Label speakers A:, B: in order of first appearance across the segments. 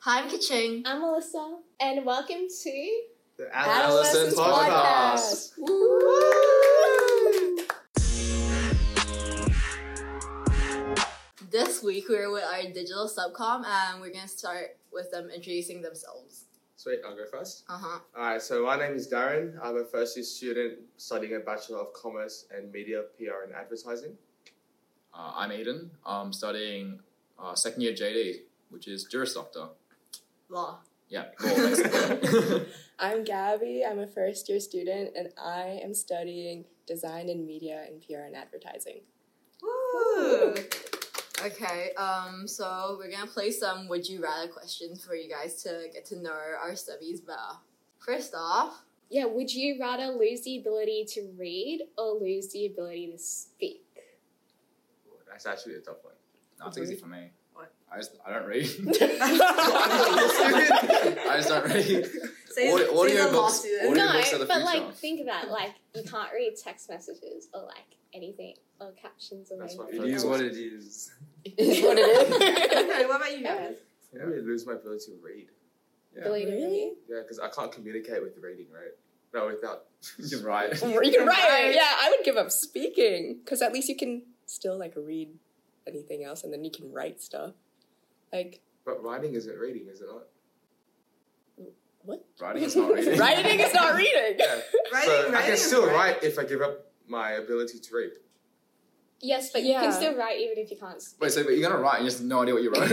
A: Hi, I'm Kaching.
B: I'm Alyssa, and welcome to
C: The
A: Adolescence
C: Adolescence Podcast.
B: Podcast.
A: This week we're with our digital subcom and we're gonna start with them introducing themselves.
C: Sweet, I'll go first.
A: Uh huh.
C: Alright, so my name is Darren. I'm a first year student studying a Bachelor of Commerce and Media PR and Advertising.
D: Uh, I'm Aiden. I'm studying uh, second year JD, which is Juris Doctor.
A: Law.
D: Yeah, cool, basically.
E: I'm Gabby. I'm a first year student and I am studying design and media and PR and advertising.
A: Woo! Okay, um, so we're gonna play some would you rather questions for you guys to get to know our stubbies better. First off,
B: yeah. Would you rather lose the ability to read or lose the ability to speak?
C: Ooh, That's actually a tough one.
D: That's easy for me.
A: What?
D: I just I don't read.
C: Stupid.
D: I just don't read.
A: say,
D: Audi-
A: say
D: audio
A: the law
D: books-
A: student.
D: Audio
B: no,
D: books are the
B: but
D: future.
B: like think about like you can't read text messages or like anything or captions or
C: That's
B: anything.
C: It is what it
D: is.
E: Is what it
A: okay, what about you
B: Yeah.
A: guys?
C: I really lose my ability to read.
E: is. really?
C: Yeah, because I can't communicate with reading, right? No, without.
D: You're right.
E: You can write it. Yeah, I would give up speaking because at least you can still like read anything else and then you can write stuff. Like
C: But writing isn't reading, is it not?
E: what?
D: Writing is not reading.
E: Writing is not reading.
C: Yeah.
A: Writing,
C: so
A: writing
C: I can
A: is
C: still
A: right.
C: write if I give up my ability to read.
B: Yes, but you
E: Yeah.
B: can still write even if you can't. Speak.
D: Wait, so but you're gonna write and you just have no idea what you wrote.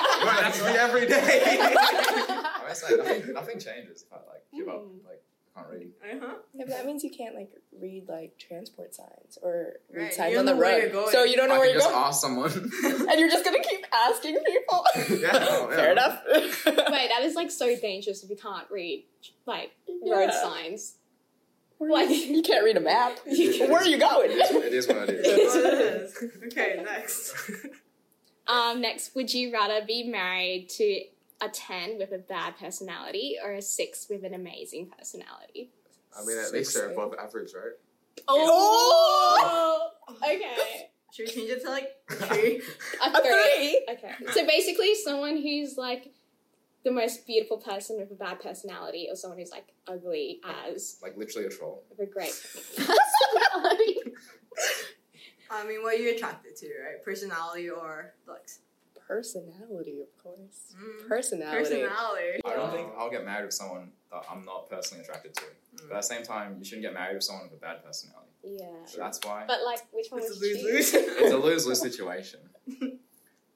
C: Right, that's me every day.
D: I was like, nothing, nothing changes if I like give up. Like I can't read.
A: Uh-huh.
E: Yeah, but that means you can't like read like transport signs or read
A: Right, you
E: signs
A: don't
E: on the
A: know where
E: road.
A: you're going.
E: So you don't know
D: I
E: where
D: can
E: you're
D: just
E: going.
D: ask Oh, someone.
E: and you're just gonna keep asking people.
C: Yeah, no, yeah.
E: Fair enough.
B: Wait, that is like so dangerous if you can't read like
E: Yeah.
B: road signs.
E: Like you can't read a map. Where are you going?
D: It is- it is what it is.
A: Yes. okay, next.
B: Um, next, would you rather be married to a 10 with a bad personality or a 6 with an amazing personality?
C: I mean, at least they're above average, right?
B: Oh! Okay.
A: Should we change it to like three?
B: A
E: A
B: three.
E: three.
B: Okay. So basically, someone who's like the most beautiful person with a bad personality or someone who's like ugly as
D: Like literally a troll.
B: with a great personality.
A: I mean, what are you attracted to, right? Personality or looks?
E: Personality, of course.
A: Mm.
E: Personality.
A: Personality.
D: I don't think I'll get married with someone that I'm not personally attracted to. But at the same time, you shouldn't get married with someone with a bad personality.
B: Yeah.
D: So that's why
B: But like, which one
A: This
B: would
A: is
B: you
A: lose
B: choose?
D: it's a lose lose situation.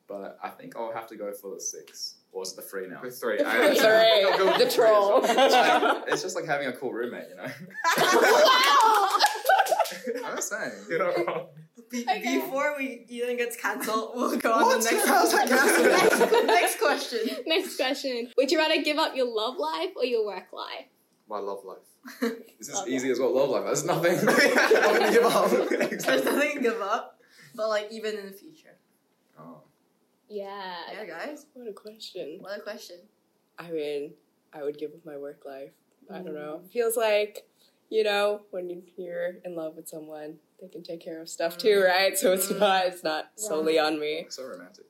D: But I think I'll have to go for the six, or is it the three now?
C: The three. I
E: The
C: actually think I'll go with
E: three. The
C: the three as well.
E: troll.
D: It's like- it's just like having a cool roommate, you know.
A: wow!
D: I'm just saying.
C: You're not wrong.
A: Be-
B: Okay.
A: Before we even gets cancelled, we'll go on
C: What?
A: the
C: How's that
A: next
C: cancelled?
A: next question.
B: Next question. Would you rather give up your love life or your work life?
C: My love life.
D: This is easy as well. Love life. There's nothing. I'm gonna give
A: There's
D: up.
A: nothing to give up, but like even in the future.
D: Oh,
B: Yeah.
A: Yeah, guys.
E: What a question.
A: What a question.
E: I mean, I would give up my work life. I don't know. Feels like, you know, when you're in love with someone, they can take care of stuff too, right? So it's
A: Mm.
E: not it's not solely on me.
D: so romantic.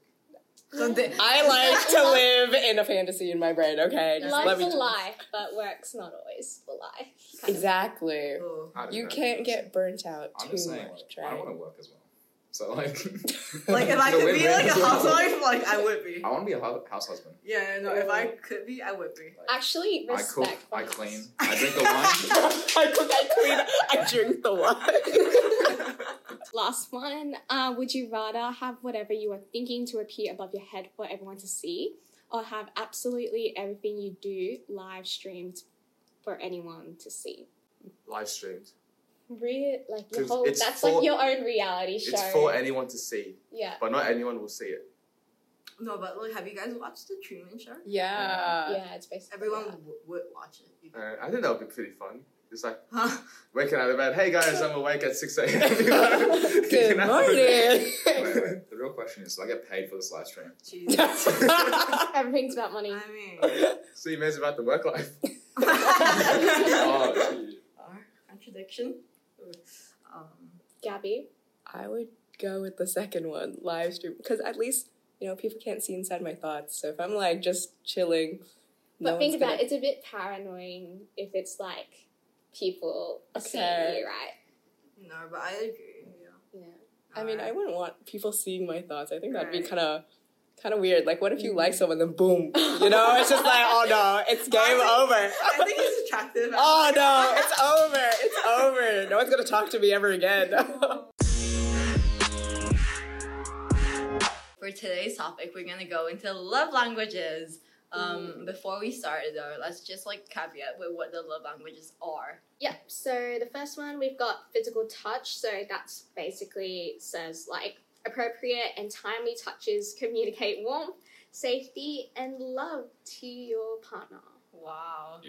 A: So they-
E: I like to live in a fantasy in my brain, okay? Just
A: Life's
E: let
B: Life's
E: me
B: a
E: do-
B: lie, but work's not always a lie.
E: Exactly.
A: Oh.
C: I don't
E: You
C: know.
E: can't get burnt out
D: I'm
E: too
D: just saying.
E: much,
D: Like, I
E: right?
D: want to work as well. So like,
A: Like if I
D: It's a
A: could be
D: win-win
A: like a
D: as well.
A: housewife, like I would be.
D: I want to be a hu- house husband.
A: Yeah, no, if I could be, I would be.
B: Actually,
D: I
B: respect.
D: cook. I clean. I drink the wine.
E: I cook, I clean, I drink the wine.
B: Last one. Uh, would you rather have whatever you are thinking to appear above your head for everyone to see, or have absolutely everything you do live streamed for anyone to see?
C: live streamed.
B: Real, like your
C: It's-
B: whole.
C: it's
B: that's
C: for-
B: like your own reality show.
C: It's for anyone to see,
B: yeah.
C: but not anyone will see it.
A: No, but like, have you guys watched the Truman Show?
E: yeah.
B: yeah. It's basically
A: Everyone
B: that.
A: w- would watch it. You-
C: Uh, I think that would be pretty fun. It's like
A: Huh?
C: waking out of bed. Hey guys, I'm awake at six a.m.
E: Good
C: Kicking out of bed.
E: morning.
D: Wait, wait. The real question is, do I get paid for this live stream?
A: Jesus.
B: Everything's about money.
A: I mean,
C: So you mentioned about the work life.
D: Oh, gee.
A: Our contradiction. Um,
B: Gabby.
E: I would go with the second one, live stream, because at least you know, people can't see inside my thoughts. So if I'm like just chilling,
B: But
E: no
B: think
E: one's
B: about
E: gonna-
B: it, it's a bit paranoid if it's like people are seeing
E: Okay.
B: you, right?
A: No, but I agree. Yeah.
B: Yeah.
E: I mean, I
A: Alright.
E: wouldn't want people seeing my thoughts. I think that'd be
A: Right.
E: kind of kind of weird. Like, what if you like someone, then boom, you know? It's just like, oh no, it's game over.
A: I think it's attractive.
E: oh no, it's over. It's over. No one's gonna talk to me ever again.
A: For today's topic, we're gonna go into love languages.
E: Mm.
A: Um, before we start though, let's just like caveat with what the love languages are.
B: Yep. So the first one we've got physical touch. So that's basically says like appropriate and timely touches communicate warmth, safety, and love to your partner.
A: Wow.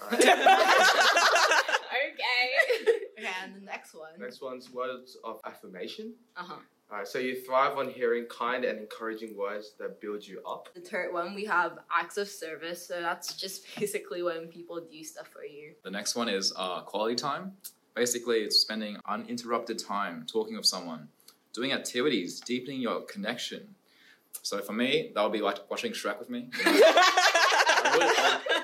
B: Okay.
A: Okay, and the next one.
C: Next one's words of affirmation.
A: Uh
E: Uh-huh.
A: huh.
C: All right, so you thrive on hearing kind and encouraging words that build you up.
A: The third one we have acts of service. So that's just basically when people do stuff for you.
D: The next one is uh, quality time. Basically, it's spending uninterrupted time talking with someone, doing activities, deepening your connection. So for me, that would be like watching Shrek with me.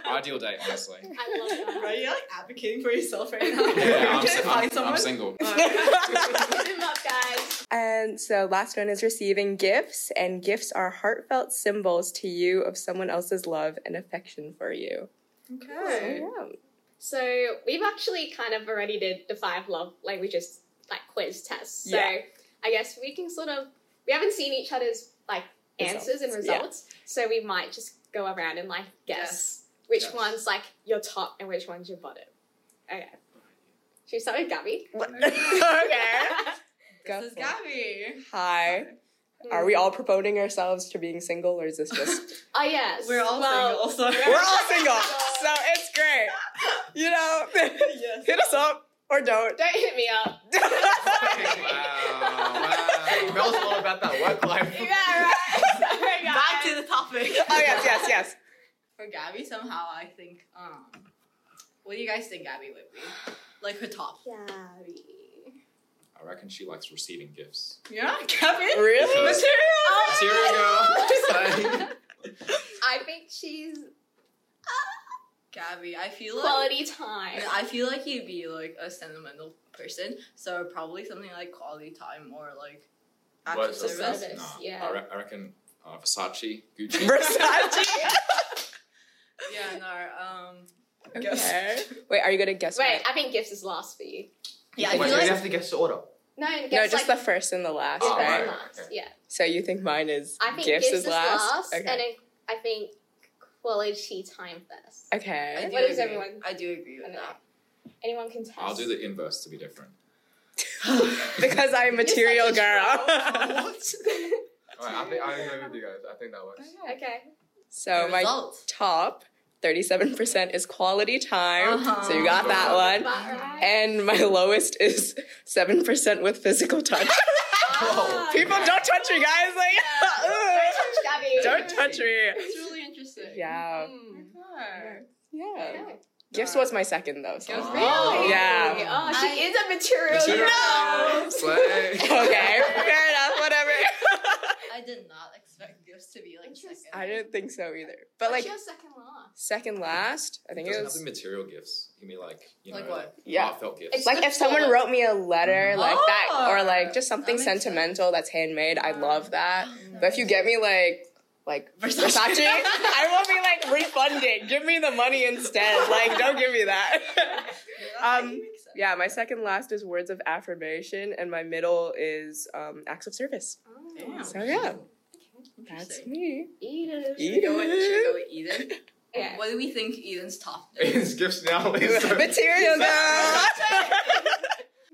D: Ideal date, honestly.
B: I love that.
A: Are you like advocating for yourself right now?
D: Yeah, I'm,
A: You're
D: si-
A: trying to find
D: I'm, I'm
A: someone?
D: single.
B: Hit him up, guys.
E: and so, last one is receiving gifts, and gifts are heartfelt symbols to you of someone else's love and affection for you. So,
A: okay.
E: Oh, yeah.
B: So we've actually kind of already did the five love languages like quiz tests. So
E: Yeah.
B: I guess we can sort of we haven't seen each other's like answers and
E: Results, yeah.
B: results. So we might just go around and like guess
A: Yes.
B: which
C: Yes.
B: one's like your top and which one's your bottom. Okay. Should we start with Gabby?
E: okay. Go
A: This is
E: for it.
A: Gabby.
E: Hi. Are we all proponing ourselves to being single, or is this just
B: Oh yes.
A: We're all
B: well,
A: single. Also.
E: we're all single? So it's great. You know,
A: yes.
E: hit us up or don't.
B: Don't hit me up.
C: wow. Tell us all about that work life.
B: Yeah, right. Sorry, guys.
A: Back to the topic.
E: oh yes, yes, yes.
A: For Gabby, somehow I think. Um, what do you guys think Gabby would be? Like her top.
B: Gabby.
D: I reckon she likes receiving gifs.
A: Yeah, Oh, Gabby.
E: Really?
D: Material. Material. Like,
B: I think she's
A: Gabby, I feel like
B: quality time.
A: I feel like you'd be like a sentimental person, so probably something like quality time or like acts of
C: Words of
A: service.
B: service.
D: nah,
B: yeah.
D: I, re- I reckon uh, Versace, Gucci.
E: Versace.
A: Yeah, no. Um,
E: Okay. Wait, are you gonna guess?
B: Wait,
E: mine?
B: I think gifts is last for you.
A: yeah, I
C: Wait,
A: feel
C: do we
A: like
C: have to guess the order?
B: No, gifts
E: No, just
B: like,
E: the first and the last,
B: gifts
D: Oh,
E: right?
B: is
D: right,
B: last.
D: okay.
B: Yeah,
E: So you think mine is
B: I think
E: gifts, is last?
B: and
E: Okay.
B: then I think quality time first.
A: I
E: okay.
A: do
B: What is
A: agree.
B: everyone?
A: I do agree with
B: Okay.
A: that.
B: Anyone can test.
D: I'll do the inverse to be different.
E: because I'm a material
B: such a
E: girl.
C: All right, I think I agree with you guys. I think that works.
B: Okay.
E: so
A: The
E: my
A: results.
E: top 37% is quality time.
A: Uh-huh.
E: So you got that
B: But,
E: one.
B: right?
E: And my lowest is 7% with physical touch.
A: Oh,
E: People don't touch me, guys. Like, ugh.
B: Touch Gabby.
E: don't touch me.
A: It's really interesting.
E: Yeah. Mm-hmm.
B: Mm.
A: Okay.
E: Yeah.
B: Okay.
E: Gifts was my second, though. So.
A: Gifts?
B: Really?
E: Yeah.
B: Oh, she
A: I-
B: is a material.
D: Material.
B: girl.
D: Slay.
E: Okay, fair enough, whatever.
A: I did not expect gifts to be like second.
B: Interesting.
E: I didn't think so either. But
B: What's
E: like,
B: your second last?
E: second last, I think it
D: Doesn't have to
E: was.
D: be material gifts. It can be like you know,
A: Like what?
E: Yeah.
D: heartfelt gifts.
B: It's-
E: Like if someone wrote me a letter like that, or
A: Oh,
E: like just something
A: that makes sense.
E: sentimental that's handmade, I love that.
A: Mm.
E: But if you get me like like
A: Versace.
E: Versace, I will be like refund it. Give me the money instead. Like don't give me that.
A: Yeah, that
E: Um,
A: makes sense.
E: yeah, my second last is words of affirmation, and my middle is um, acts of service.
B: Oh,
A: Damn.
E: So yeah, that's
A: Interesting.
E: me.
B: Eat
E: Eat
A: Should we go with, should we
E: it.
A: go with Eden?
B: Yeah.
A: What do we think Eden's top is?
C: It's gifts now.
E: Material girl.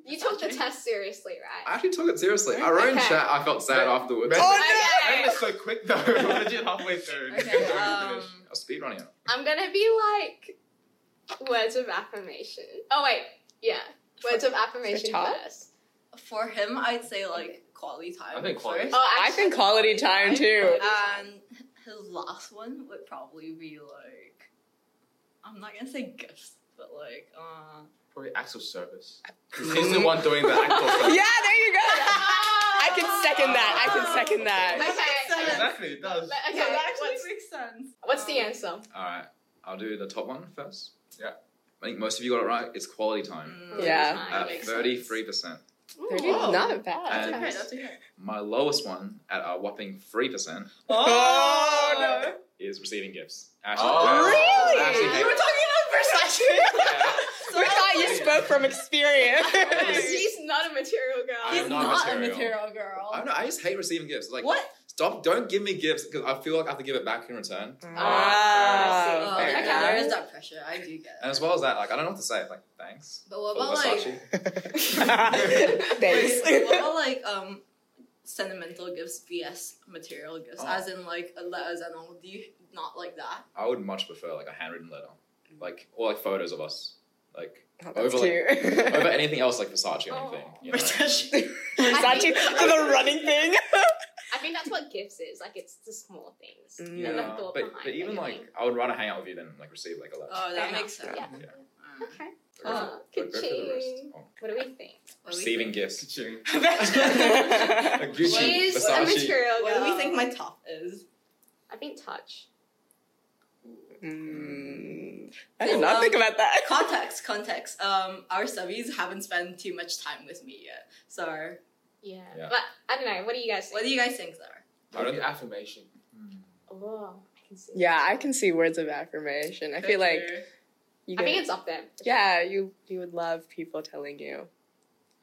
B: You took the test seriously,
D: I
B: right?
D: actually took it seriously. Our own
B: Okay.
D: chat, I felt sad afterwards.
C: Oh,
B: Okay.
C: I was so quick though. Legit halfway through.
A: Okay, um,
D: I was speed running it.
B: I'm gonna be like words of affirmation. Oh wait, yeah, words of affirmation
E: top?
B: first.
A: For him, I'd say like quality time.
C: I think quality
A: first.
C: time.
B: Oh,
E: I
B: actually,
E: think quality time too.
A: Um, And his last one would probably be like, I'm not gonna say gifts, but like, uh,
C: Probably acts of service. Mm-hmm. 'Cause He's the one doing the act of
E: Yeah,
C: service.
E: there you go. I can second that. I can
A: Oh.
E: second that.
A: Okay. sense.
C: Exactly, it does.
B: Okay,
F: Yeah, that actually
B: what's,
F: makes sense.
B: what's the
F: Um,
B: answer?
A: Hmm.
D: All right, I'll do the top one first. Yeah, I think most of you got it right. It's quality time
A: Mm,
E: Yeah.
A: fine.
D: at
F: makes
D: thirty-three percent.
E: Thirty-
F: Wow.
B: Oh,
E: not bad.
F: That's
D: And-
F: okay, that's okay.
D: My lowest one at a whopping three percent
F: Oh, no.
D: is receiving gifts. Ashley,
C: Oh.
E: Really?
D: Ashley
A: You
F: You were
D: hates-
F: talking about Versace.
D: Yeah.
E: We thought you spoke from experience.
B: She's not a material girl.
D: I'm
F: He's
D: not
F: not a
D: material.
F: material girl.
D: I don't know. I just hate receiving gifts. Like,
F: what?
D: stop! Don't give me gifts because I feel like I have to give it back in return.
A: Oh,
E: Ah, Fair
A: okay,
E: enough.
A: there is that pressure. I do get
D: And
A: it.
D: as well as that, like, I don't know what to say. Like, thanks.
A: But what
D: for
A: about like,
D: Versace.
E: Thanks.
A: wait, what about like um, sentimental gifts vs material gifts?
D: Oh.
A: As in like a letters and all. Do you not like that?
D: I would much prefer like a handwritten letter, like or like photos of us, like
E: Oh,
D: Over, like-
E: cute.
D: over anything else, like Versace
B: Oh.
D: or anything. You know?
A: Versace.
E: Versace for the running thing.
B: I think that's what gifts is. Like it's the small things.
E: Mm.
B: and the
D: Yeah.
B: thought
D: But,
B: behind
D: but even
B: it, I
D: like,
B: think.
D: I would rather hang out with you than like receive like a letter.
A: Oh, that
B: Fair
A: makes sense.
B: yeah.
D: yeah.
A: Alright.
B: Okay.
D: Go
B: Oh,
D: for- go for the rest.
B: ka-ching.
D: Oh,
B: What do we think?
A: What do we
D: Receiving
A: think?
D: gifts.
E: Ka-ching.
D: Like Gucci,
B: She's a
D: Versace.
B: material girl.
A: What do we think my top is?
B: I think touch.
E: Mm, I did not think about that.
B: Um,
A: Context, context. Um, our subbies haven't spent too much time with me yet. So,
B: Yeah.
D: Yeah.
B: But I don't know. What do you guys
A: what do
B: think?
A: you guys think, Zara?
C: I don't affirmation.
B: oh, I can see.
E: Yeah, I can see words of affirmation. I feel like you
B: I
E: get-
B: think it's up there.
E: yeah, you you would love people telling you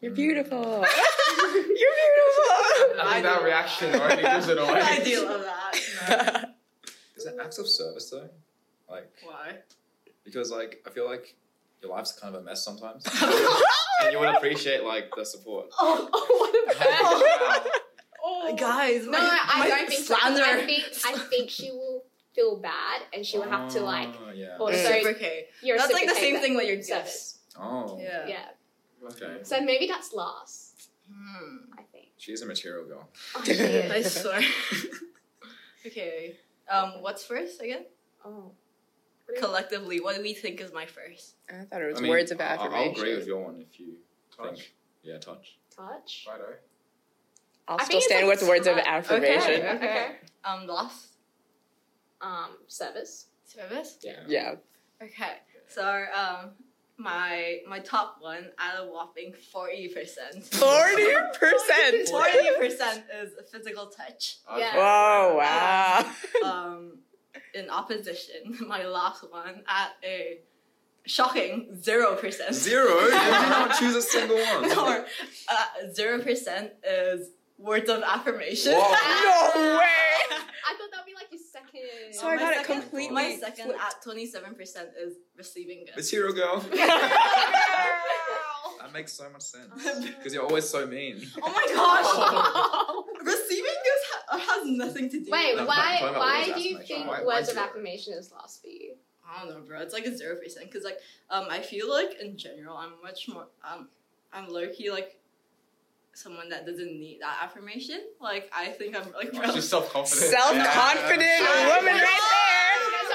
E: you're
D: Mm.
E: beautiful. you're beautiful.
C: I
A: I
C: mean, that
A: do.
C: reaction already gives it away.
A: I do love that. No.
D: Is it acts of service though? Like
A: Why?
D: because like I feel like your life's kind of a mess sometimes, and you would appreciate like the support.
B: Oh, what a
D: Wow.
B: bad.
F: Oh,
A: Guys,
B: No, I don't think so.
A: slander.
B: I think I think she will feel bad, and she will have to like.
D: Oh, yeah.
B: Or
E: Mm.
B: so
A: reciprocate.
B: you're
A: Mm. That's like the same thing with your gifts.
B: Service.
D: Oh.
A: Yeah.
B: Yeah.
D: Okay.
B: So maybe that's last.
A: Hmm.
B: I think.
D: She's a material girl.
B: Oh, she is.
A: I swear. okay. Um, what's first again?
B: Oh. What do you-
A: Collectively, what do we think is my first?
E: I thought it was
D: I mean,
E: words of
D: I-
E: affirmation.
D: I'll agree with your one if you
C: Touch.
D: think. Yeah, touch.
B: Touch.
C: Righto.
E: I'll
B: I
E: still
B: think it's
E: stand
B: like
E: with words of
B: touch.
E: affirmation.
A: Okay.
B: okay.
A: Um, last
B: Um, service.
A: service.
E: Yeah.
A: Okay. So um, my my top one at a whopping forty percent.
E: Forty percent.
A: Forty percent is physical touch.
B: Yeah.
E: Oh wow.
A: Um, in opposition, my last one at a shocking zero percent.
D: Zero? You did not choose a single one.
A: No, uh, zero percent is words of affirmation.
D: Whoa.
E: No way.
B: I thought that would be like your second.
E: So I
A: my
E: got it
A: second-
E: completely.
A: My second
E: flipped.
A: at twenty seven percent is receiving gifts.
D: Material girl.
A: oh
D: That makes so much sense.
B: Oh.
D: Because you're always so mean.
A: my gosh! receiving gifts ha- has nothing to do.
B: Wait,
A: with
D: No,
B: why?
D: talking about
B: Why
D: words of
B: do you
D: affirmation.
B: think
D: Why- why
B: words of
D: zero?
B: affirmation is last for you?
A: I don't know, bro. It's like a zero percent because like um, I feel like in general I'm much more um, I'm low key like someone that doesn't need that affirmation. Like I think I'm like
C: Oh,
A: really
C: She's self confident.
E: Self-confident woman right there.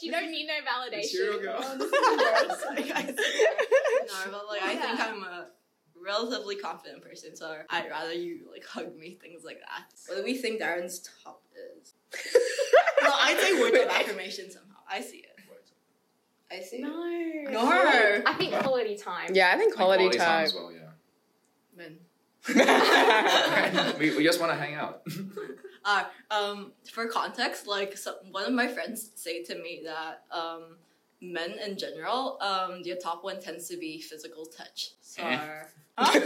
B: She don't need no validation. Oh,
D: Material girl.
A: like, I think- no, but like I think
B: Yeah.
A: I'm a relatively confident person, so I'd rather you like hug me, things like that. What do we think Darren's top is? No, I'd say words of affirmation somehow. I see it. I see it.
B: No.
A: No.
B: I think quality time.
E: Yeah, I think quality,
D: Quality
E: time.
D: as well, yeah.
A: Men.
D: we, we just want to hang out.
A: Uh, um, for context, like some, one of my friends say to me that um, men in general, um, their top one tends to be physical touch. So,
D: Eh.
A: Huh?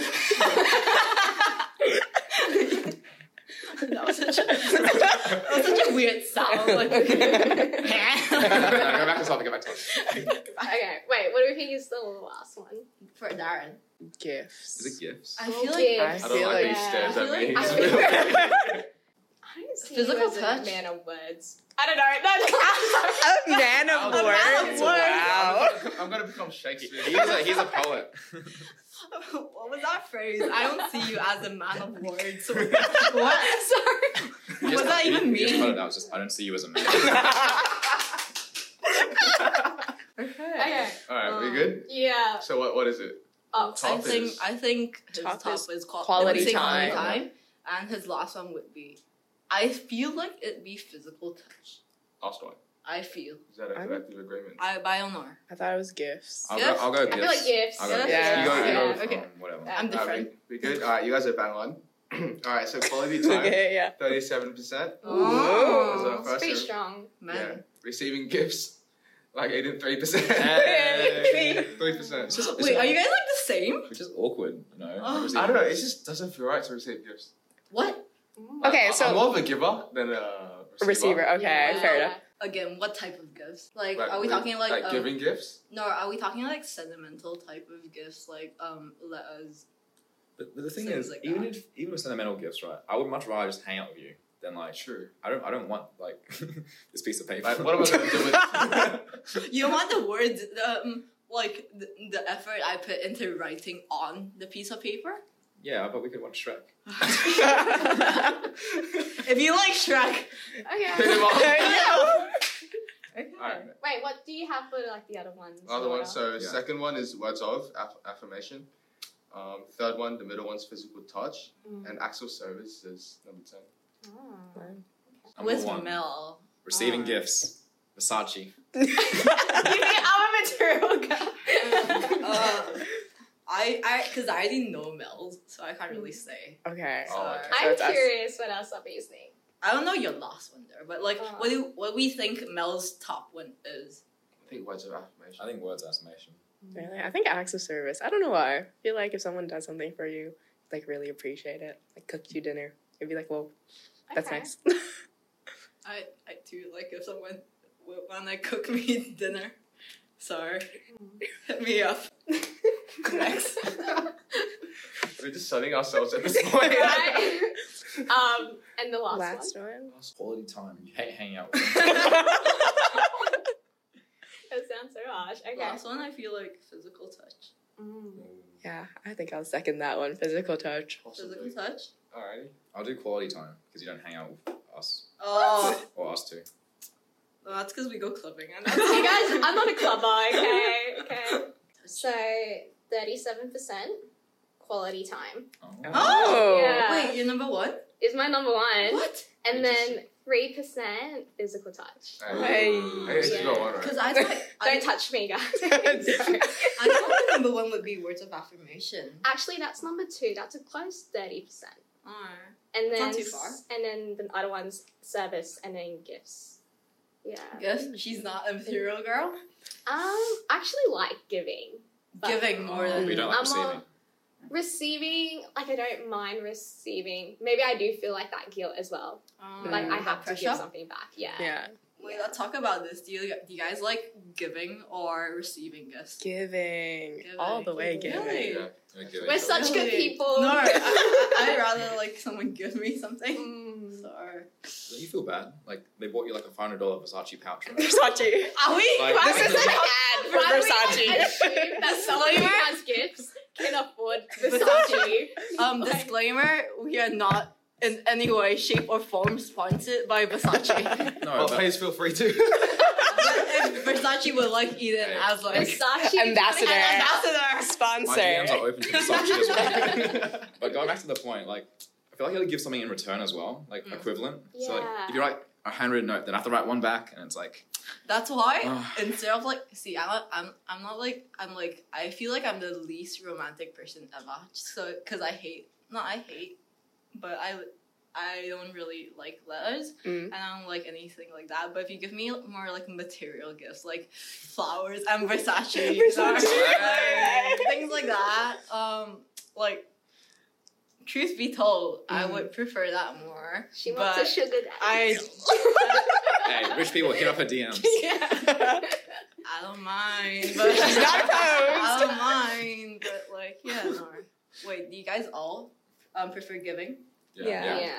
A: that was such a, that was such a weird sound. Like,
D: No, no, go back to topic, go back to topic.
B: Okay, wait. What do we think is the last one?
A: for Darren,
E: Gifts.
D: Is it gifts?
A: I feel
B: Okay.
A: like
E: I
C: I don't
E: feel
C: like
E: like-
C: these stares at me.
A: I
B: feel
C: It's
B: like-
C: really-
B: I don't see
A: Physical
B: you as
A: touch?
B: a man of words. I don't know. That
E: A man of
C: A
A: man of words.
E: words. Wow.
C: I'm, gonna, I'm gonna become Shakespeare.
D: He's a, he's a poet.
A: what was that phrase? I don't see you as a man of words. what? Sorry.
D: You
A: What
D: just-
A: does that
D: you-
A: even
D: You just
A: mean?
D: cut it out. It's just, I don't see you as a man.
B: okay.
C: Alright, we good?
B: Yeah.
C: So what, what is it?
B: Oh,
A: I
C: Top
A: think
C: is-
A: I think his
E: Top
A: top,
E: is
A: is qual-
E: quality
A: I would say quality
E: time.
A: time. and his last one would be, I feel like it'd be physical touch.
D: Last one.
A: I feel.
C: Is that a
E: I'm-
C: collective agreement?
A: I by Honor.
E: I thought it was gifts.
D: I'll
A: Yes.
D: go. I'll go.
B: I feel like
D: Gifts.
B: gifts.
D: I'll go.
E: Yeah.
D: gifts.
E: Yeah.
D: You go. You go.
A: Yeah.
D: with,
A: Okay.
D: um, whatever.
A: I'm
C: All
A: different.
C: right, we, we good? All right, you guys are bang on. All right, so quality time,
E: Okay, yeah.
C: thirty-seven percent.
A: Oh.
C: Is that
B: It's pretty
C: faster?
B: strong.
A: Man.
C: Receiving gifts, like eighty-three percent.
D: Hey.
C: Three percent.
D: It's just- it's
A: Wait,
D: just-
A: are you guys like the same?
D: Which is awkward, you know.
A: Oh.
D: Obviously-
C: I don't know. It just doesn't feel right to receive gifts.
A: What?
E: Okay,
C: I-
E: so-
C: I'm more of a giver than a receiver.
E: Receiver. Okay,
A: Yeah.
E: fair enough.
A: Again, what type of gifts? Like,
C: Like,
A: are we
C: like-
A: talking like, um,
C: giving gifts?
A: No, are we talking like sentimental type of gifts like um letters?
D: But, but the thing
A: Things
D: is,
A: like
D: even
A: that.
D: if even with sentimental gifts, right? I would much rather just hang out with you than like
C: True.
D: I don't I don't want like this piece of paper.
C: Like, what am I gonna do
D: with?
A: You don't want the words, the, um, like the, the effort I put into writing on the piece of paper.
D: yeah, but we could watch Shrek.
A: If you like Shrek,
C: Hit
B: Okay.
C: him up.
E: Yeah.
C: Alright,
B: Wait, what do you have for like the other ones?
C: other one. So
D: Yeah.
C: second one is words of aff- affirmation. Um, third one, the middle one's physical touch,
B: Mm.
C: and acts of service is number ten.
D: Number
A: with
D: one,
A: Mel. Oh.
D: receiving
B: Ah.
D: gifts, Versace.
B: I'm a material guy.
A: Uh, I I because I already know Mel, so I can't really say.
E: Oh, okay.
A: Sorry.
C: okay.
E: So
B: I'm
E: it's us.
B: curious what else I'll be using.
A: I don't know your last one there, but like
B: Uh.
A: what do what we think Mel's top one is?
C: I think words of affirmation.
D: I think words of affirmation.
E: Really? I think acts of service. I don't know why. I feel like if someone does something for you, like really appreciate it, like cooked you dinner, it'd be like, well, that's
B: Okay.
E: nice.
A: I I do like if someone would wanna cook me dinner. Sorry. Hit me up. Next.
C: We're just selling ourselves at this point.
B: Right? um, and the last, one.
E: Last one.
D: Quality time. You hate hanging out. With
B: That sounds so harsh. Okay.
A: Last one I feel like physical touch.
B: Mm.
E: Yeah, I think I'll second that one. Physical touch.
A: Physical touch?
C: Alrighty.
D: I'll do quality time because you don't hang out with us
A: Oh
D: or us two.
A: no, that's because we go clubbing and
B: you guys, I'm not a clubber, okay? Okay. So, 37% quality time
D: Oh.
A: Oh!
B: Yeah.
A: Wait, you're number one?
B: is my number one.
A: What?
B: And then 3% physical touch.
E: Hey.
C: Hey, she's got one right.
A: Because I thought I,
B: Don't touch me, guys.
A: I thought the number one would be words of affirmation.
B: Actually, that's number two. That's a close 30%.
A: Oh.
B: And then,
A: Not too far.
B: And then the other one's service and then gifts. Yeah.
A: Guess she's not a material girl.
B: Um, I actually like giving. But-
A: Giving more than
D: we don't like
B: I'm all-
D: receiving.
B: Receiving, like I don't mind receiving. Maybe I do feel like that guilt as well.
A: Um,
B: Like I
A: that
B: have to
A: pressure.
B: give something back. Yeah.
E: Yeah.
A: Wait, let's talk about this. Do you do you guys like giving or receiving gifts?
E: Giving. All the way
B: Giving.
E: giving.
A: Really?
C: Yeah.
D: We're giving.
B: We're such good
A: Really?
B: people.
A: No, I, would rather like someone give me something.
B: Mm.
A: Sorry.
D: Don't you feel bad? Like they bought you like a five hundred dollar Versace pouch. Right?
E: Versace.
A: Are we?
D: Like-
A: why
E: This is
A: we-
E: an ad for
B: Why would I
E: Versace.
B: assume that someone who
A: Disclaimer.
B: has gifts can afford
A: Versace.
B: Versace.
A: um disclaimer: We are not in any way, shape, or form sponsored by Versace.
D: No,
C: Oh,
D: but-
C: please feel free to.
A: if Versace would like Eden
D: Hey.
A: as like an
B: Versace
E: Ambassador.
A: ambassador.
D: My
E: Sponsor.
D: DMs are open to Versace as well. but going back to the point, like I feel like you gotta give something in return as well, like
A: Mm.
D: equivalent. So like
B: Yeah.
D: if you write a handwritten note, then I have to write one back, and it's like
A: That's why
D: Ugh.
A: instead of like, see, I'm not, I'm I'm not like I'm like I feel like I'm the least romantic person ever. So because I hate, not I hate, but I I don't really like letters,
E: Mm.
A: and I don't like anything like that. But if you give me more like material gifts, like flowers and Versace,
E: Versace.
A: or, like, things like that, um, like. Truth be told, I
E: Mm.
A: would prefer that more.
B: She wants a
A: but
B: sugar daddy.
A: I-
D: hey, rich people hit up her DMs.
A: I don't mind, but
E: She's not opposed.
A: I don't mind, but like, yeah, no. Wait, do you guys all um prefer giving?
E: Yeah.
B: yeah.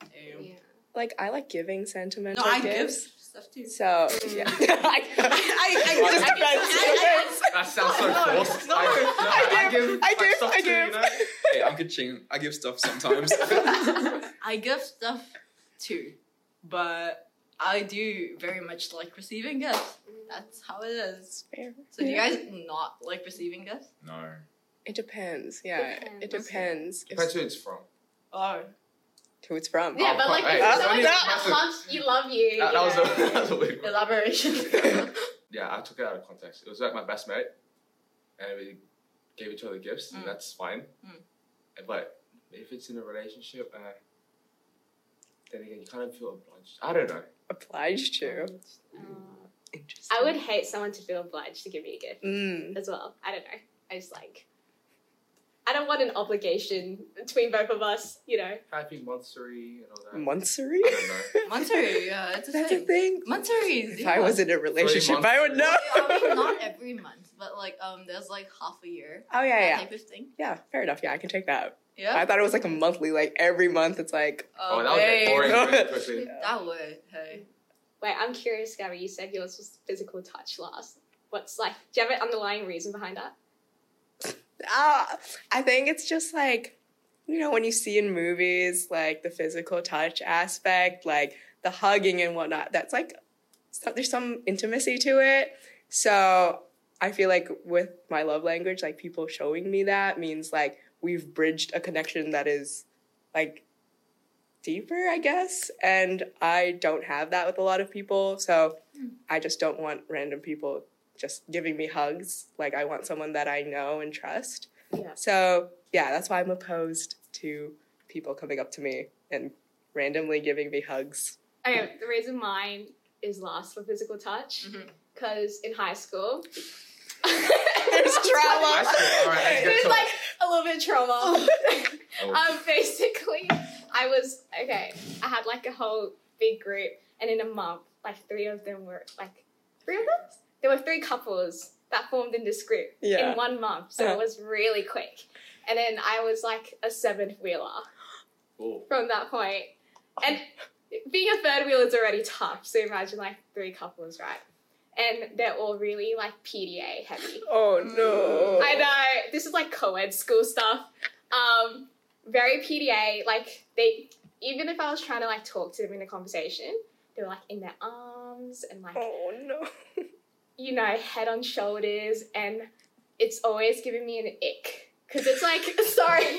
A: Damn.
B: Yeah.
E: like I like giving sentimental
A: No, I give
E: gifts.
A: stuff too.
E: So
B: Mm.
E: yeah. I,
A: I-
E: it just
A: I-
E: depends.
A: I- I-
C: That sounds so
A: No,
C: forced.
A: no.
E: I
C: give.
E: I
C: like,
E: give,
C: stuff
E: I
C: too, you
E: give.
C: know?
D: hey, I'm Kaching. I give stuff sometimes.
A: I give stuff too, but I do very much like receiving gifts. That's how it is.
E: Fair.
A: So do you guys not like receiving gifts?
D: no.
E: It depends. Yeah, it
B: Depends.
E: depends. If-
C: Depends who it's from.
A: Oh,
E: who it's from.
C: Yeah, but, like,
F: if
C: someone
B: you love you.
C: That, that was a, that was a weird one.
A: Elaboration.
C: Yeah, I took it out of context. It was like my best mate, and we gave each other gifts,
A: Mm.
C: and that's fine.
A: Mm.
C: And- But if it's in a relationship, uh, then again, you kind of feel obliged. I don't know.
E: Obliged to. Interesting.
B: Uh, I would hate someone to feel obliged to give me a gift
E: Mm.
B: as well. I don't know. I just like. I don't want an obligation between both of us, you know.
C: Happy monthsary and all that.
E: Monthsary?
C: I don't know.
A: Monterey, yeah, it's a
E: That's a
A: thing.
E: thing.
A: Monterey is
E: If I was in a relationship, I would know.
C: months.
A: I mean, not every month, but like um, there's like half a year.
E: Oh, yeah,
A: that
E: yeah.
A: Type of thing.
E: Yeah, fair enough. Yeah, I can take that. I
A: Yeah.
E: thought it was like a monthly, like every month it's like,
C: Oh, that would get boring really quickly.
A: That would. Hey.
B: Wait, I'm curious, Gabby. You said yours was physical touch last. What's like? Do you have an underlying reason behind that?
E: ah, I think it's just like, you know, when you see in movies, like the physical touch aspect, like the hugging and whatnot, that's like, so- there's some intimacy to it. So I feel like with my love language, like people showing me that means like we've bridged a connection that is like deeper, I guess. And I don't have that with a lot of people. So I just don't want random people just giving me hugs. Like I want someone that I know and trust.
B: Yeah.
E: So yeah, that's why I'm opposed to people coming up to me and randomly giving me hugs.
B: Okay, Oh, the reason mine is last for physical touch
A: Mhm.
B: because in high school,
E: There's
C: High
E: trauma.
C: school, all right, let's get
B: There's
C: to
B: like a little bit of trauma.
D: Oh.
B: um, basically, I was okay. I had like a whole big group, and in a month, like three of them were like three of them. There were three couples that formed in this group
E: Yeah.
B: in one month, so
E: Yeah.
B: it was really quick. And then I was like a seventh wheeler
C: Oh.
B: from that point. And being a third wheel is already tough, so imagine like three couples, right? And they're all really like PDA heavy.
E: Oh no.
B: I know. This is like co-ed school stuff. Um, very PDA. Like they, even if I was trying to like talk to them in a conversation, they were like in their arms and like
E: Oh no.
B: you know head on shoulders, and it's always giving me an ick because it's like sorry,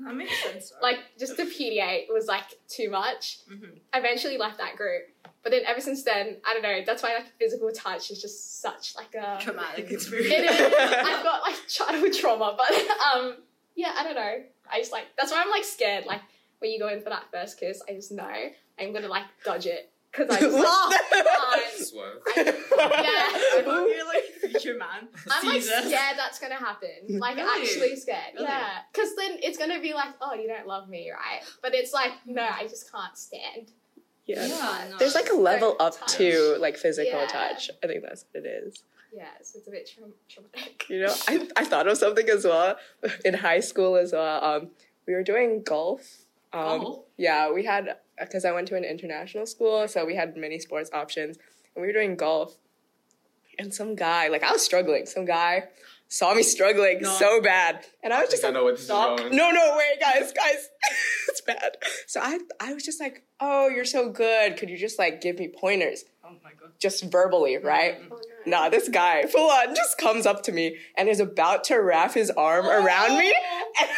A: That makes sense. though.
B: like just the PDA was like too much.
A: Mhm.
B: I eventually left that group, but then ever since then, I don't know. That's why like physical touch is just such like a
A: traumatic
B: it
A: experience.
B: is. I've got like childhood trauma, but um, yeah, I don't know. I just like that's why I'm like scared. Like when you go in for that first kiss, I just know I'm gonna like dodge it because I can't.
D: Swerve.
A: I hope you're like future man.
B: I'm like
A: Caesar.
B: scared that's gonna happen. Like
A: Really?
B: actually scared.
A: Really?
B: Yeah, because then it's gonna be like, oh, you don't love me, right? But it's like, no, I just can't stand.
E: Yeah.
A: Yeah, no.
E: There's like a level up
B: Touch.
E: to like physical
B: Yeah.
E: touch. I think that's what it is.
B: Yeah, so it's a bit traum- traumatic.
E: You know, I, I thought of something as well in high school as well. Um, we were doing golf. Um,
A: Oh.
E: Yeah, we had because I went to an international school, so we had many sports options, and we were doing golf. And some guy, like I was struggling, some guy saw me struggling
A: No.
E: so bad, and I was
C: I
E: just
C: think I
E: like,
C: know where this is
E: "Stop.
C: going."
E: No, no, wait, guys, guys, it's bad. So I, I was just like, oh, you're so good. Could you just like give me pointers,
A: Oh my god.
E: just verbally, right?
B: Oh, no.
E: Nah, this guy full on just comes up to me and is about to wrap his arm around me. And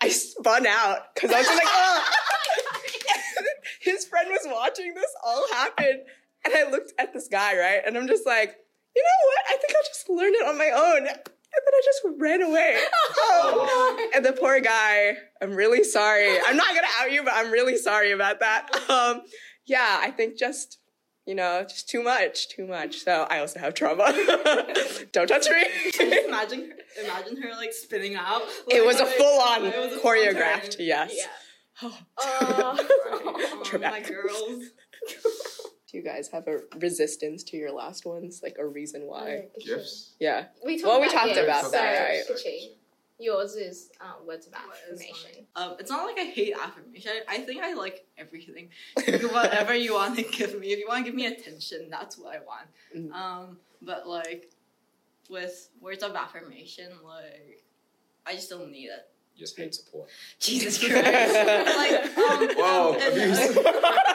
E: I spun out because I was just like, oh. his friend was watching this all happen. And I looked at this guy, right? And I'm just like, you know what? I think I'll just learn it on my own. And then I just ran away. Oh. And the poor guy, I'm really sorry. I'm not gonna out you, but I'm really sorry about that. Um, yeah, I think just you know, just too much, too much. So I also have trauma. Don't touch me.
A: Can you imagine her, imagine her like spinning out?
E: it was a
A: Like,
E: full on
A: it was a full-on
E: choreographed,
A: turn.
E: yes.
B: Yeah.
E: Oh.
B: Oh.
A: Oh, my
E: Traumatic.
A: girls.
E: Do you guys have a resistance to your last ones? Like a reason why?
C: Gifts.
E: Yeah.
B: We talked
E: Well, we
B: about
E: talked
B: gifts,
E: about
B: so
E: that,
B: it's itchy. Yours is um, words of affirmation.
A: Um, it's not like I hate affirmation. I I think I like everything. Whatever you want to give me. If you want to give me attention, that's what I want.
E: Mm.
A: Um, but like with words of affirmation, like I just don't need it.
D: You just hate support.
A: Jesus Christ. like, um,
C: Wow,
A: and,
C: abuse.
A: uh,
E: Oh,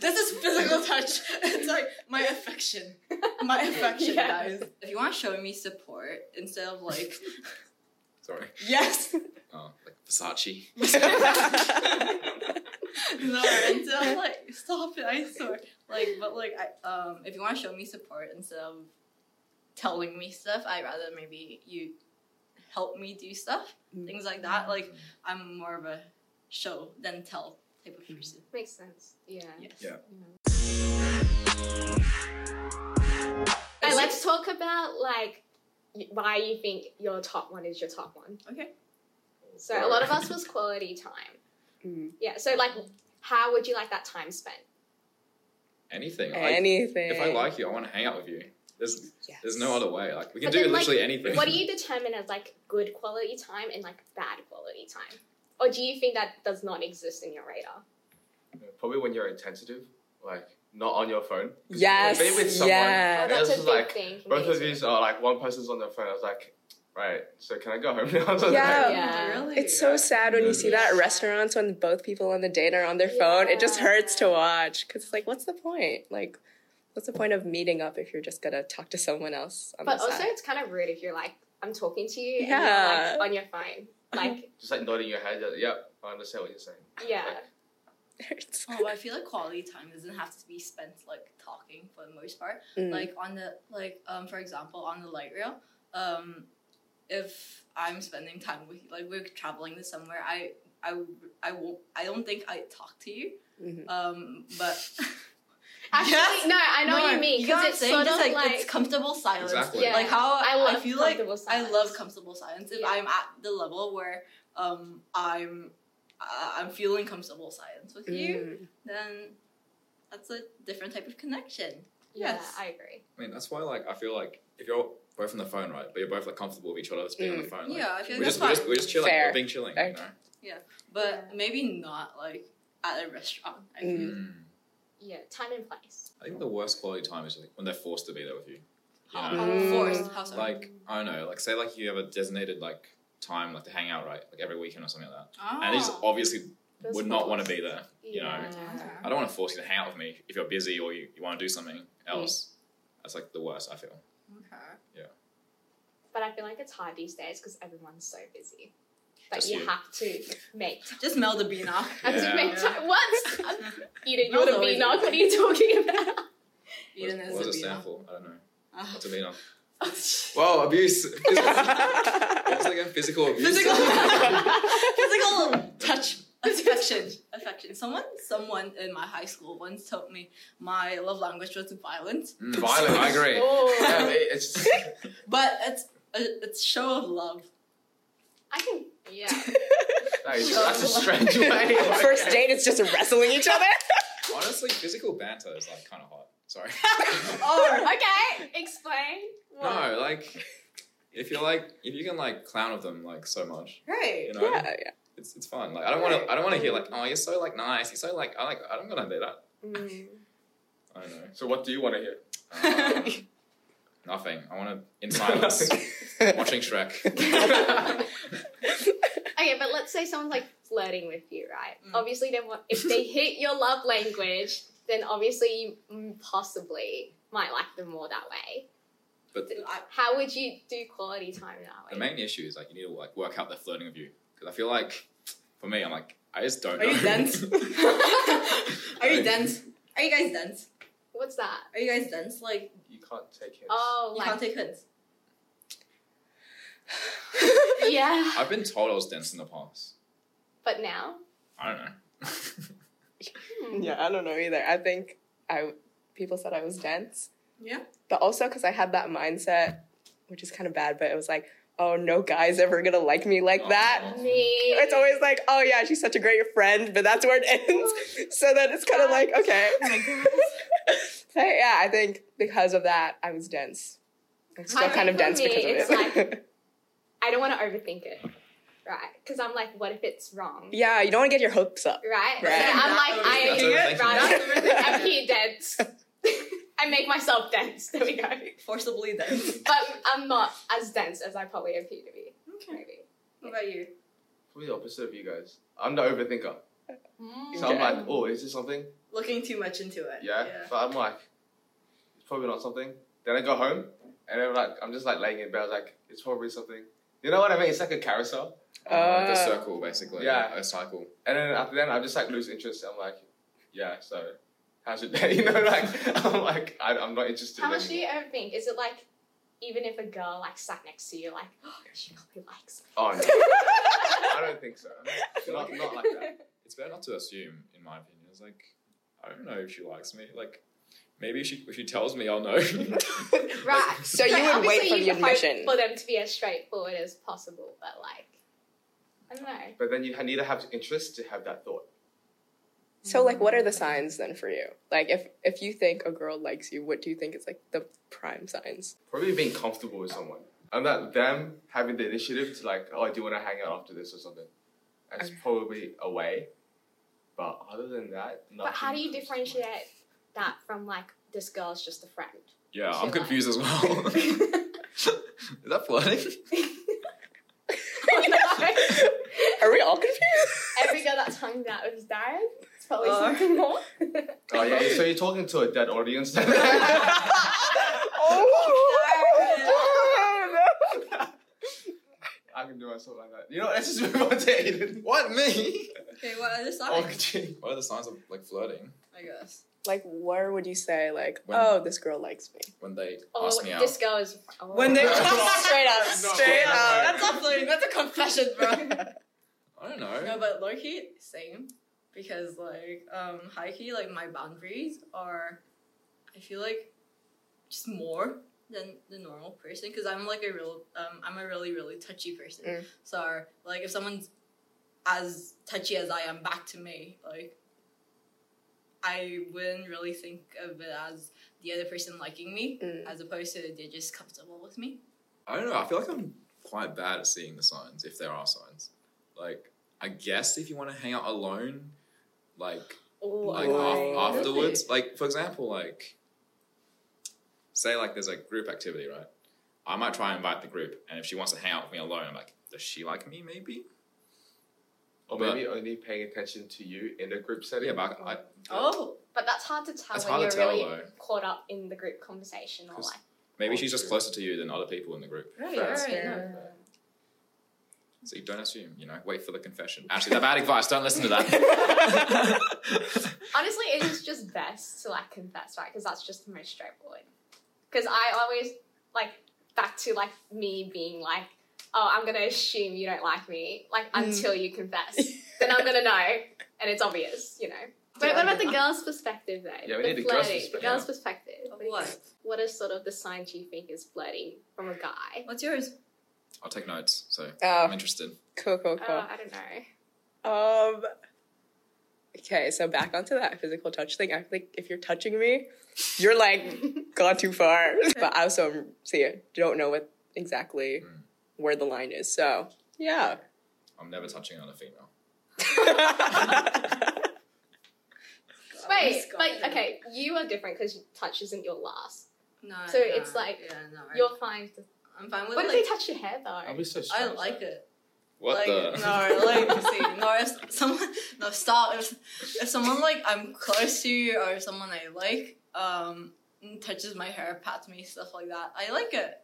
A: this is physical touch. It's like my affection. My affection,
B: Yeah.
A: guys. If you want to show me support instead of like,
D: Sorry.
A: yes,
D: Oh, like Versace.
A: no, and so I'm like, stop it, I swear. Like, but like, I, um, if you want to show me support instead of telling me stuff, I'd rather maybe you help me do stuff,
E: Mm.
A: things like
B: Uh,
A: that. Like, I'm more of a show than tell type
E: Mm.
A: of person.
B: Makes sense. Yeah.
A: Yes.
D: Yeah.
B: Alright, let's talk about like y- why you think your top one is your top one.
A: Okay.
B: So a lot of us was quality time.
E: Mm.
B: Yeah. So like, how would you like that time spent?
D: Anything. Like,
E: Anything.
D: if I like you, I want to hang out with you. There's
E: Yes.
D: there's no other way. Like we can
B: But
D: do
B: then, like,
D: literally anything.
B: What do you determine as like good quality time and like bad quality time? Or do you think that does not exist in your radar?
C: Probably when you're attentive, like not on your phone.
E: Yes.
C: Maybe with someone.
E: Yeah.
B: Oh, that's a
C: it's
B: big
C: like,
B: thing. for
C: Both
B: me.
C: of these are like one person's on their phone. I was like, right, so can I go home now? So
E: Yeah.
C: like,
B: Yeah.
A: Oh, Really?
E: It's so sad when you see that at
B: Yeah.
E: restaurants when both people on the date are on their phone. It just hurts to watch because it's like, what's the point? Like, what's the point of meeting up if you're just gonna talk to someone else on
B: But
E: the
B: also,
E: side?
B: it's kind of rude if you're like, I'm talking to you
E: Yeah.
B: and you're like on your phone. Like,
C: Just like nodding your head. like, Yep, I understand what you're saying.
B: yeah.
E: It hurts.
A: Oh, I feel like quality time doesn't have to be spent like talking for the most part.
E: Mm.
A: Like on the like um for example on the light rail, um, if I'm spending time with you, like we're traveling to somewhere, I I I won't I don't think I talk to you.
E: Mhm.
A: Um, but
B: Actually,
A: Yes.
B: no, I know what
A: No,
B: you mean
A: know
B: because
A: what
B: it's
A: I'm saying?
B: sort of
A: Just,
B: like,
A: it's comfortable silence.
D: Exactly.
B: Yeah.
A: Like how
B: I
A: I,
B: love
A: feel like
B: comfortable
A: I love
B: silence.
A: comfortable silence. If
B: Yeah.
A: I'm at the level where um I'm uh, I'm feeling comfortable silence with you,
E: Mm.
A: then that's a different type of connection.
B: yeah,
A: Yes.
B: I agree.
D: I mean, that's why like I feel like if you're both on the phone, right? But you're both like comfortable with each other, just being
B: Mm.
D: on the phone. Like,
A: yeah, I feel
D: We're
A: like that's
D: just, we're
A: fine.
D: just we're just chilling.
E: Fair.
D: We're being chilling.
E: Fair.
D: You know.
A: but
B: Yeah.
A: maybe not like at a restaurant. I feel.
E: Mm.
B: Yeah, time and place.
D: I think the worst quality time is like when they're forced to be there with you. You
A: How,
D: know?
A: how
E: Mm.
A: forced. How so?
D: Like I don't know. Like say like you have a designated like time like to hang out, right? Like every weekend or something like that. And they just
A: Ah.
D: obviously
B: Those
D: would not want to
B: thoughts.
D: be there. you know.
B: Yeah.
D: I don't want to force you to hang out with me if you're busy or you, you want to do something else. That's like the worst. I feel.
A: Okay.
B: But I feel like it's hard these days because everyone's so busy. But
D: Just
B: you,
D: you.
B: have to make time.
A: Just Mel the Beanock.
B: I have
D: Yeah.
B: to make time. What? Eden,
A: Not
B: you're the
A: always.
B: B knock. What are you talking about?
D: What,
A: Eden
D: what
A: is
D: does it
A: the
D: stand
A: Beanock.
D: for? I don't know.
A: Ah.
D: What's it mean? Whoa, abuse. It's like a physical abuse.
A: Physical, physical touch, affection, affection. Someone, someone in my high school once told me my love language was violence,
D: Mm, violent. I agree.
B: Oh,
C: Yeah, it- it's just,
A: but it's a, it's show of love.
B: I can. Yeah.
E: Mm-hmm.
C: that is- that's a strange way.
E: First date, it's just wrestling each other.
D: Honestly, physical banter is like kind of hot. Sorry.
A: Or
B: okay. Explain. What?
D: no, like if you're like if you can like clown with them like so much,
A: right,
D: you know,
E: yeah, yeah.
D: it's it's fun. Like I don't want to I don't want to hear like oh you're so like nice, you're so like I like I don't want to do that.
B: Mm.
D: I don't know.
C: So what do you want to hear?
D: Um, nothing. I want to in silence watching Shrek.
B: Okay, but let's say someone's like flirting with you, right?
A: Mm.
B: Obviously, they want if they hit your love language, then obviously you mm, possibly might like them more that way.
D: But
A: I-
B: How would you do quality time that
D: the
B: way?
D: main issue is like you need to like work out the flirting of you because I feel like for me I'm like I just don't.
A: Are you
D: know.
A: dense? Are you dense? Are you guys dense?
B: What's that?
A: Are you guys dense? Like
C: You can't take hints.
B: Oh,
A: you
B: like
A: can't take hints.
B: yeah.
D: I've been told I was dense in the past.
B: But now, hmm.
D: I don't know.
E: Yeah, I don't know either. I think I people said I was dense.
A: Yeah.
E: But also because I had that mindset, which is kind of bad, but it was like, oh, no guy's ever gonna like me like
D: Oh.
E: that.
B: me.
E: It's always like, oh yeah, she's such a great friend, but that's where it ends. so then it's kind of like, okay. so yeah, I think because of that, I was dense. I'm still
B: I
E: kind of
B: think
E: dense
B: for me,
E: because of
B: it's
E: it.
B: I don't want to overthink it, right? Because I'm like, what if it's wrong?
E: yeah, you don't want to get your hopes up.
B: Right? So
E: Right.
B: I'm like,
A: That's
D: overthinking.
B: I
D: That's
B: rather appear dense. I make myself dense. There we go.
A: Forcibly dense.
B: But I'm not as dense as I probably appear to be.
A: Okay.
B: Maybe.
A: What about you?
C: Probably the opposite of you guys. I'm the overthinker.
D: Mm.
C: So I'm
E: Okay.
C: like, oh, is this something?
A: Looking too much into it.
C: Yeah. But I'm like, it's probably not something. Then I go home, and I'm like, I'm just like laying in bed. I was like, it's probably something. You know what I mean? It's like a carousel.
D: Uh, the
E: Ah.
D: circle, basically.
C: Yeah.
D: A cycle.
C: And then after that, I just like lose interest. I'm like, yeah, so how's your day? You know, like, I'm like, I, I'm not interested.
B: How much do
C: anymore.
B: you ever think? Is it like, even if a girl like sat next to you, like, oh, she probably likes me.
C: Oh, no. I don't think so. Not, not like that.
D: It's better not to assume, in my opinion. It's like, I don't know if she likes me. Like, maybe if she, if she tells me, I'll know.
B: Right.
E: So you would wait for the admission.
B: for them to be as straightforward as possible, but like, I don't know.
C: But then you need to have interest to have that thought.
E: So like what are the signs then for you? Like if if you think a girl likes you, what do you think is like the prime signs?
C: Probably being comfortable with someone. And that them having the initiative to like, oh, do you want to hang out after this or something? That's probably a way. But other than that, nothing.
B: But how do you
C: comes to
B: differentiate
C: mind.
B: that from like this girl's just a friend?
D: yeah,
B: She
D: I'm confused as well. Is that flirting?
E: Are we all confused?
B: Every girl that's hung out with Darren, it's probably
F: Oh.
B: something more.
C: Oh yeah, so you're talking to a dead audience.
E: oh,
C: I can do myself like that. You know, what, let's just move on to Aiden.
D: What, me?
A: Okay, what are the
C: Oh,
A: signs?
C: gee.
D: What are the signs of, like, flirting?
A: I guess.
E: Like where would you say like,
D: When-
E: oh, this girl likes me?
D: When they
B: Or
D: ask me out.
B: Oh, this girl is. Oh.
E: When they-
C: Straight
E: up,
C: straight up.
A: That's not flirting. That's a confession, bro.
D: I don't know.
A: No, but low key, same. Because like um high key, like my boundaries are I feel like just more than the normal person because I'm like a real um I'm a really, really touchy person.
E: Mm.
A: So like if someone's as touchy as I am back to me, like I wouldn't really think of it as the other person liking me
E: Mm.
A: as opposed to they're just comfortable with me.
D: I don't know. I feel like I'm quite bad at seeing the signs, if there are signs. Like, I guess if you want to hang out alone, like, like
E: Oh,
D: af-
A: really?
D: afterwards, like for example, like say like there's a group activity, right? I might try and invite the group, and if she wants to hang out with me alone, I'm like, does she like me? Maybe.
C: Or
D: But-
C: maybe only paying attention to you in a group
D: But
C: setting.
D: yeah, but I, I,
A: Oh,
B: But that's hard to tell
D: That's
B: when
D: hard
B: you're
D: to tell,
B: really
D: though.
B: caught up in the group conversation or
D: 'Cause-
B: like.
D: maybe she's just closer to you than other people in the group,
A: right,
C: Fair.
A: right. no.
D: so you don't assume. You know, wait for the confession. Actually, that bad advice. Don't listen to that.
B: Honestly, it is just best to like confess, right? Because that's just the most straightforward. Because I always like back to like me being like, oh, I'm gonna assume you don't like me, like
E: Mm.
B: until you confess, then I'm gonna know, and it's obvious, you know. But what about the girl's perspective, though?
C: Yeah, we
B: The
C: need the girl's
B: flirting,
C: perspective.
B: The girl's perspective.
A: Of
B: do you
A: what?
B: think? What are sort of the signs you think is flirting from a guy?
A: What's yours?
D: I'll take notes. So I'm
E: Oh,
D: interested.
E: cool, cool, cool.
B: Oh, I don't know.
C: Uh,
E: Um. Okay, so back onto that physical touch thing. I feel like if you're touching me, you're like gone too far. But I also see it. Don't know what exactly
D: Mm.
E: where the line is. So yeah.
D: I'm never touching another female.
B: Wait,
A: Scott.
B: but okay, you are different because touch isn't your last.
A: No,
B: So
A: no,
B: it's like,
A: yeah, no, right.
B: You're fine. to-
A: I'm fine with
B: What if
A: like
B: they touch your hair
C: I'll
B: though?
C: be so
A: I
C: strange.
A: like it.
D: What
A: like,
D: the?
A: No, like see, no, if someone no stop if, if someone like I'm close to or someone I like um touches my hair, pats me, stuff like that. I like it.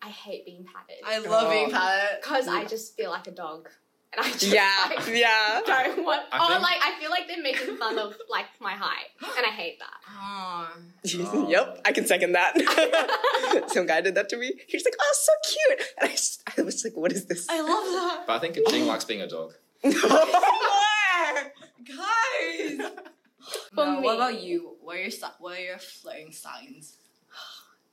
B: I hate being patted.
A: I love being
E: Oh.
A: patted.
B: Because I just feel like a dog. And I just
E: yeah,
B: like,
E: yeah.
B: don't want.
D: I
B: or
D: think-
B: like, I feel like they're making fun of like my height. And I hate that.
A: Oh.
D: Oh.
E: Yep, I can second that. Some guy did that to me. He's like, "Oh, so cute," and I, just, I was like, "What is this?"
A: I love that.
D: But I think a Jing likes being a dog.
A: Guys.
B: For
A: no, what
B: me.
A: about you? What are your si- what are your flirting signs?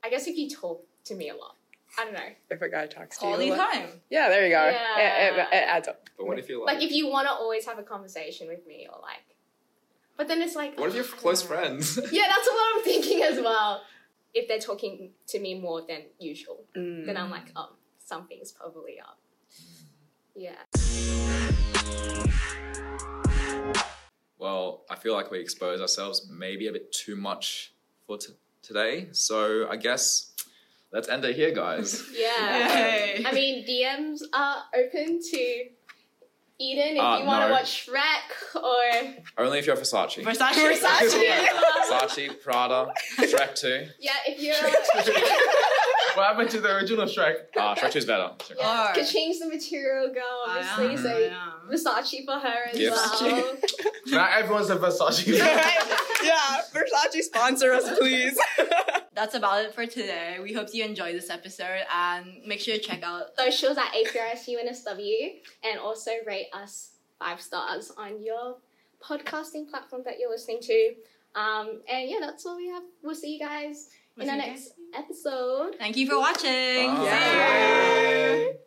B: I guess if you talk to me a lot. I don't know.
E: if a guy talks to you,
A: Quality
E: a lot-
A: time.
E: yeah, there you go. It, it,
B: Yeah.
E: it adds up.
D: But what if you're like?
B: Like, if you want to always have a conversation with me or like. But then it's like.
D: what if you're
B: I don't
D: close
B: know.
D: friends?
B: Yeah, that's what I'm thinking as well. If they're talking to me more than usual,
E: Mm.
B: then I'm like, oh, something's probably up. Yeah.
D: Well, I feel like we expose ourselves maybe a bit too much for t- today. So I guess let's end it here, guys.
B: Yeah.
A: Yay.
B: I mean, DMs are open to Eden, if
D: Uh,
B: you want to
D: no.
B: watch Shrek or
D: Only if you're Versace.
A: Versace.
B: Versace.
D: Versace, Prada, Shrek 2.
B: yeah, if you're
C: What happened to the original Shrek?
D: Uh, Shrek 2 is better. Shrek-
A: Or-
B: could change the material girl,
A: I
B: obviously.
A: am,
B: So
A: I am.
B: Versace for her as
D: Yes.
B: well.
C: Now everyone's a Versace.
E: Right? yeah, Versace sponsor us, please.
A: That's about it for today. We hope you enjoyed this episode and make sure to check out
B: Socials at APRSU NSW and also rate us five stars on your podcasting platform that you're listening to. Um, and yeah, that's all we have. We'll see you guys in
A: We'll
B: our
A: see you
B: next episode.
D: Ah.
A: Thank you for watching.
D: Bye.
A: See ya.
E: Yay.